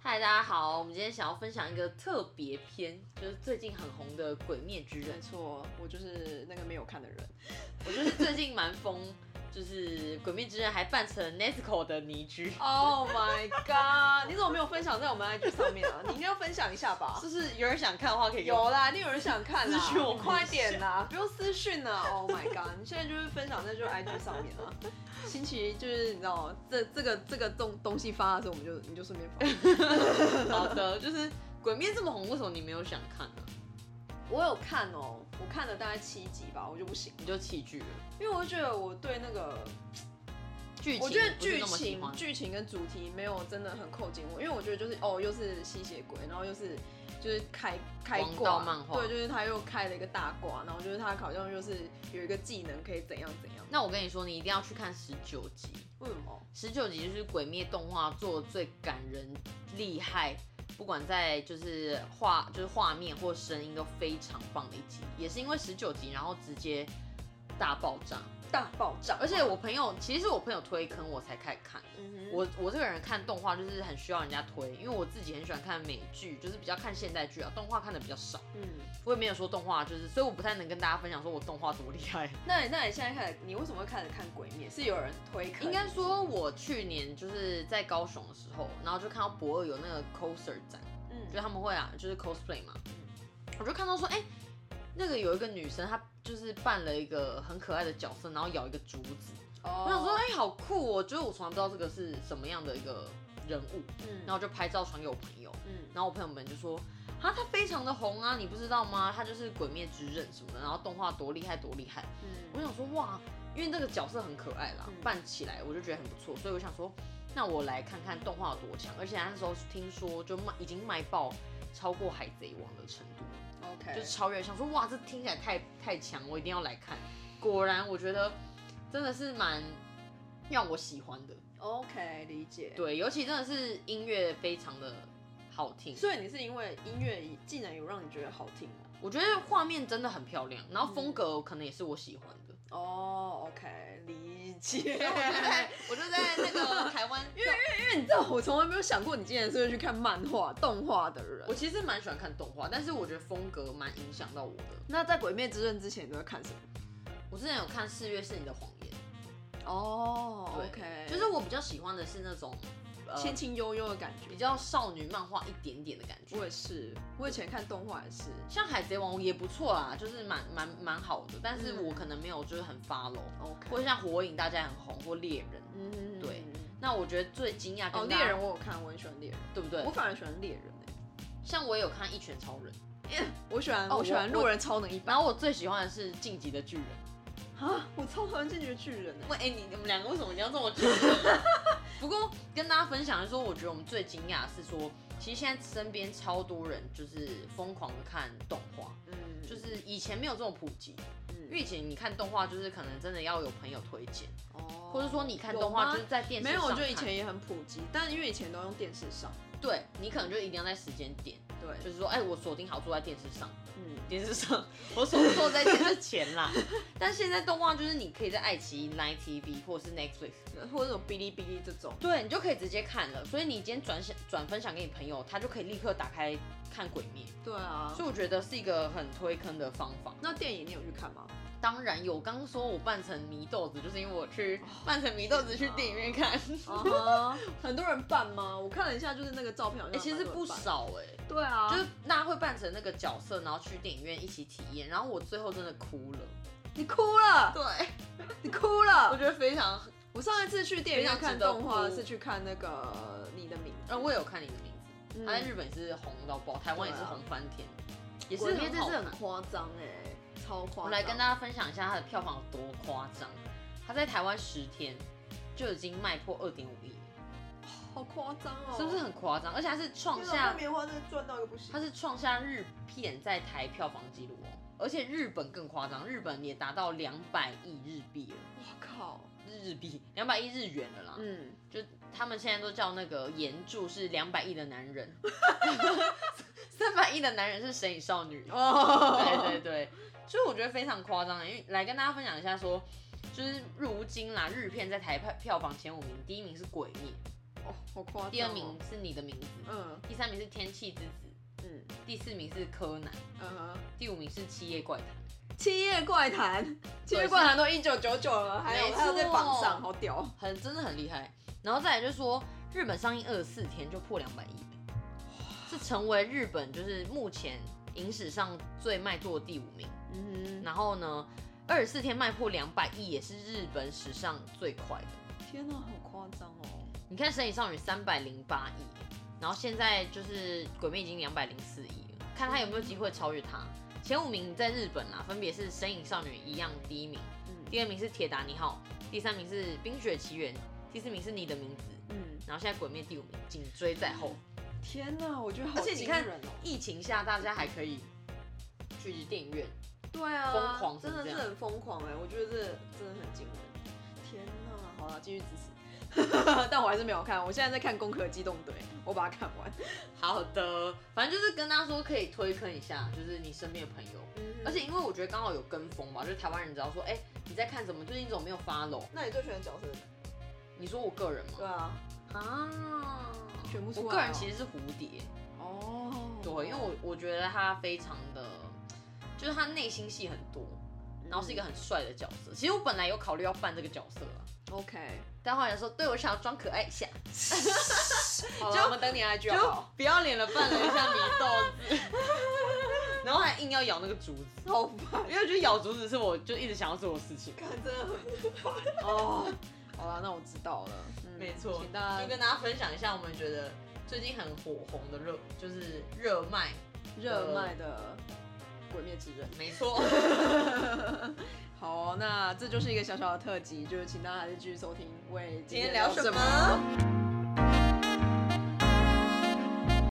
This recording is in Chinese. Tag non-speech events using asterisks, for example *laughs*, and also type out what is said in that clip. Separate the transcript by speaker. Speaker 1: 嗨，大家好，我们今天想要分享一个特别篇，就是最近很红的《鬼灭之刃
Speaker 2: 没》。错，我就是那个没有看的人。
Speaker 1: 我就是最近蛮疯，就是《鬼灭之刃》还扮成 Nesco 的泥居。
Speaker 2: Oh my god！你怎么没有分享在我们 IG 上面 *laughs* 啊？你应该要分享一下吧。
Speaker 1: 就是有人想看的话，可以给我
Speaker 2: 有啦，一定有人想看啦，
Speaker 1: 私讯我们一下
Speaker 2: 快点啦，不用私讯啦。Oh my god！你现在就是分享在就是 IG 上面啊。星期一就是你知道这这个这个东东西发的时候，我们就你就顺便发。
Speaker 1: 好的， *laughs* 就是《鬼灭》这么红，为什么你没有想看呢？
Speaker 2: 我有看哦，我看了大概七集吧，我就不行，
Speaker 1: 你就弃剧了，
Speaker 2: 因为我就觉得我对那个
Speaker 1: 剧情
Speaker 2: 我觉得
Speaker 1: 不是
Speaker 2: 剧
Speaker 1: 那么喜
Speaker 2: 情
Speaker 1: 欢
Speaker 2: 剧情跟主题没有真的很扣紧我，因为我觉得就是哦，又是吸血鬼，然后又是就是开开
Speaker 1: 王道
Speaker 2: 挂
Speaker 1: 漫画
Speaker 2: 对，就是他又开了一个大挂，然后就是他好像就是有一个技能可以怎样怎样，
Speaker 1: 那我跟你说，你一定要去看十九集，
Speaker 2: 为什么？
Speaker 1: 十九集就是《鬼灭》动画做的最感人、厉害，不管在就是画就是画面或声音都非常棒的一集，也是因为十九集，然后直接大爆炸。
Speaker 2: 大爆炸，
Speaker 1: 而且我朋友其实是我朋友推坑我才开始看的。
Speaker 2: 嗯哼
Speaker 1: 我我这个人看动画就是很需要人家推，因为我自己很喜欢看美剧，就是比较看现代剧啊，动画看的比较少。
Speaker 2: 嗯，
Speaker 1: 我也没有说动画就是，所以我不太能跟大家分享说我动画多厉害。
Speaker 2: 那你那你现在开始，你为什么会开始看鬼灭？是有人推坑？
Speaker 1: 应该说，我去年就是在高雄的时候，然后就看到博尔有那个 coser 展，
Speaker 2: 嗯，
Speaker 1: 就他们会啊，就是 cosplay 嘛，我就看到说，哎、那个有一个女生，她就是扮了一个很可爱的角色，然后咬一个竹子。
Speaker 2: 哦
Speaker 1: 我想说，哎、好酷哦！就是我从来不知道这个是什么样的一个人物，
Speaker 2: 嗯
Speaker 1: 然后就拍照传给我朋友，
Speaker 2: 嗯
Speaker 1: 然后我朋友们就说，啊，她非常的红啊，你不知道吗？她就是《鬼灭之刃》什么的，然后动画多厉害多厉害。我
Speaker 2: 嗯，
Speaker 1: 想说哇，因为那个角色很可爱啦，
Speaker 2: 嗯
Speaker 1: 扮起来我就觉得很不错，所以我想说，那我来看看动画有多强。而且那时候听说就卖已经卖爆超过《海贼王》的程度，
Speaker 2: OK，
Speaker 1: 嗯就是超越。想说哇，这听起来太太强，我一定要来看。果然，我觉得真的是蛮让我喜欢的，
Speaker 2: OK 理解。
Speaker 1: 对，尤其真的是音乐非常的好听，
Speaker 2: 所以你是因为音乐竟然有让你觉得好听吗？
Speaker 1: 我觉得画面真的很漂亮，然后风格可能也是我喜欢 *laughs* 的。
Speaker 2: 哦、o k 理解。
Speaker 1: 所以我就在我就在那个台湾， *laughs* 因为
Speaker 2: *laughs* 因为你知道，我从来没有想过你竟然是会去看漫画、动画的人
Speaker 1: 我。其实蛮喜欢看动画，但是我觉得风格蛮影响到我的。
Speaker 2: 那在《鬼灭之刃》之前，你都会看什么？
Speaker 1: 我之前有看《四月是你的谎言
Speaker 2: 哦、》
Speaker 1: 对
Speaker 2: o k
Speaker 1: 就是我比较喜欢的是那种、呃、
Speaker 2: 轻轻悠悠的感
Speaker 1: 比
Speaker 2: 觉。
Speaker 1: 较少女漫画一点点的感觉。
Speaker 2: 我也是，我以前看动画也是。
Speaker 1: 像《海贼王》也不错啦，就是蛮蛮蛮好的，但是
Speaker 2: 嗯
Speaker 1: 我可能没有就是很 follow，、
Speaker 2: 哦 OK，
Speaker 1: 或者像《火影》大家也很红，或《猎人》。
Speaker 2: 嗯
Speaker 1: 对那我觉得最惊讶
Speaker 2: 哦，
Speaker 1: 跟大
Speaker 2: 猎
Speaker 1: 家
Speaker 2: 人我有看，我很喜欢猎人，
Speaker 1: 对不对
Speaker 2: 我？反而喜欢猎人欸
Speaker 1: 像我也有看《一拳超人》，
Speaker 2: 我喜欢、
Speaker 1: 哦
Speaker 2: 我喜欢
Speaker 1: 我
Speaker 2: 路人超能一般
Speaker 1: 然后我最喜欢的是《晋级的巨人》。
Speaker 2: 啊，我超讨厌进击的巨人欸
Speaker 1: 喂，哎、你你们两个为什么一定要这么激动？ *laughs* 不过跟大家分享说，我觉得我们最惊讶的是说，其实现在身边超多人就是疯狂的看动画，
Speaker 2: 嗯，
Speaker 1: 就是是以前没有这种普及，因为以前你看动画就是可能真的要有朋友推荐，
Speaker 2: 哦
Speaker 1: 或者说你看动画就是在电视
Speaker 2: 没
Speaker 1: 上
Speaker 2: 有，我觉得
Speaker 1: 看
Speaker 2: 以前也很普及，但因为以前都用电视上，
Speaker 1: 对你可能就一定要在时间点，
Speaker 2: 对，
Speaker 1: 就是说，哎、我锁定好坐在电视上，
Speaker 2: 嗯，
Speaker 1: 电视上， *laughs* 我手坐在电视前啦。 *laughs* 但现在动画就是你可以在爱奇艺、Line TV 或是 Netflix
Speaker 2: 或者那种哔哩哔哩这种，
Speaker 1: 对你就可以直接看了，所以你今天转享转分享给你朋友，他就可以立刻打开看《鬼灭》，
Speaker 2: 对啊
Speaker 1: 所以我觉得是一个很推坑的方法。
Speaker 2: 那电影你有去
Speaker 1: *laughs*
Speaker 2: 看吗？
Speaker 1: 当然有，我刚刚说我扮成迷豆子，就是因为我去 *laughs* 扮成迷豆子去电影院看， *laughs* 哎、
Speaker 2: 啊很多人扮吗？我看了一下，就是那个照片好
Speaker 1: 欸
Speaker 2: 像、
Speaker 1: 其实不。少哎、
Speaker 2: 对啊，
Speaker 1: 就是大家会扮成那个角色，然后去电影院一起体验，然后我最后真的哭了，
Speaker 2: 你哭了，
Speaker 1: 对，
Speaker 2: 你哭
Speaker 1: 我 *laughs*
Speaker 2: 了。
Speaker 1: 觉得非常，
Speaker 2: 我上一次去电影院
Speaker 1: 非常
Speaker 2: 看
Speaker 1: 值得
Speaker 2: 动画
Speaker 1: 哭
Speaker 2: 是去看那个《你的名字
Speaker 1: 呃，》，我也有看你的名字，
Speaker 2: 嗯
Speaker 1: 他在日本也是红到爆，台湾也是
Speaker 2: 对啊
Speaker 1: 红翻天，也是
Speaker 2: 鬼灭
Speaker 1: 很
Speaker 2: 这
Speaker 1: 好
Speaker 2: 是很
Speaker 1: 看
Speaker 2: 夸张哎，超夸张。
Speaker 1: 我来跟大家分享一下它的票房有多夸张。它在台湾十天就已经卖破二点五亿了，
Speaker 2: 好夸张哦，啊
Speaker 1: 是不是很夸张？而且它是创下
Speaker 2: 棉花真的赚到一个不行
Speaker 1: 它是创下日片在台票房纪录哦，而且日本更夸张，日本也达到两百亿日币了，
Speaker 2: 我靠，
Speaker 1: 日币两百亿日元了啦。
Speaker 2: 嗯，
Speaker 1: 就他们现在都叫那个岩柱是两百亿的男人， *laughs* 三百亿的男人是神隐少 *laughs* 女。
Speaker 2: 哦
Speaker 1: 对对对， *laughs* 所以我觉得非常夸张，因为来跟大家分享一下说。就是如今啦，日片在台票票房前五名，第一名是《鬼灭》，
Speaker 2: 哦，好夸张、哦。
Speaker 1: 第二名，是你的名字，
Speaker 2: 嗯
Speaker 1: 第三名是天气之子，
Speaker 2: 嗯
Speaker 1: 第四名是柯南，
Speaker 2: 嗯哼，
Speaker 1: 第五名是七夜怪谈。
Speaker 2: 七夜怪谈，七夜怪谈都一九九九了，还
Speaker 1: 没
Speaker 2: 有哦
Speaker 1: 错
Speaker 2: 还有在榜上，好屌。
Speaker 1: 很真的很厉害。然后再来就是说，日本上映二十四天就破两百亿了，是成为日本就是目前影史上最卖座的第五名。
Speaker 2: 嗯
Speaker 1: 然后呢，二十四天卖破两百亿也是日本史上最快的。
Speaker 2: 哼，天哪，好夸张哦。
Speaker 1: 你看《神隐少女》三百零八亿，然后现在就是《鬼灭》已经两百零四亿了，看它有没有机会超越它。前五名在日本啊，分别是《神隐少女》一样第一名，
Speaker 2: 嗯
Speaker 1: 第二名是《铁达尼号》，第三名是《冰雪奇缘》，第四名是你的名字。
Speaker 2: 嗯，
Speaker 1: 然后现在《鬼灭》第五名，紧追在后。
Speaker 2: 天哪，我觉得好
Speaker 1: 而且你
Speaker 2: 惊
Speaker 1: 看
Speaker 2: 人哦。
Speaker 1: 疫情下，大家还可以去电影院，
Speaker 2: 对啊，
Speaker 1: 疯狂成
Speaker 2: 真的
Speaker 1: 这
Speaker 2: 是
Speaker 1: 样
Speaker 2: 很疯狂哎、我觉得这真的很惊人。天哪，好了，继续支 *laughs* 持。但我还是没有看，我现在在看《攻壳机动队》，我把它看完。
Speaker 1: 好的，反正就是跟大家说可以推坑一下，就是你身边的朋友。而
Speaker 2: 而且，
Speaker 1: 且因为我觉得刚好有跟风嘛，就是台湾人只要说，哎、你在看什么？最近怎么没有 follow？
Speaker 2: 那你最喜欢的角色是谁？
Speaker 1: 你说我个人
Speaker 2: 对
Speaker 1: 嘛，
Speaker 2: 啊，
Speaker 1: 啊，
Speaker 2: 选不出来
Speaker 1: 我
Speaker 2: 哦
Speaker 1: 个人其实是蝴蝶，
Speaker 2: 哦，
Speaker 1: 对，因为我我觉得他非常的，就是他内心戏很多，
Speaker 2: 嗯
Speaker 1: 然后是一个很帅的角色。其实我本来有考虑要扮这个角色啊，
Speaker 2: OK，
Speaker 1: 但后来说，对我想要装可爱一下，
Speaker 2: 好
Speaker 1: 就
Speaker 2: 了，我哦们等你 IG 好不
Speaker 1: 就
Speaker 2: 好？
Speaker 1: 不要脸了扮了一下米豆子， *laughs* 然后还硬要咬那个竹子，
Speaker 2: 好烦，
Speaker 1: 因为我觉得咬竹子是我就一直想要做的事情。
Speaker 2: 看真的很烦 *laughs* 哦。好了，那我知道了，嗯
Speaker 1: 没错，
Speaker 2: 请大
Speaker 1: 就
Speaker 2: 家
Speaker 1: 跟大家分享一下，我们觉得最近很火红的热就是热卖，
Speaker 2: 热卖的《鬼灭之刃》。
Speaker 1: 没 *laughs* 错，
Speaker 2: 好哦、那这就是一个小小的特辑，就是请大家还是继续收听。喂，
Speaker 1: 今天聊什么？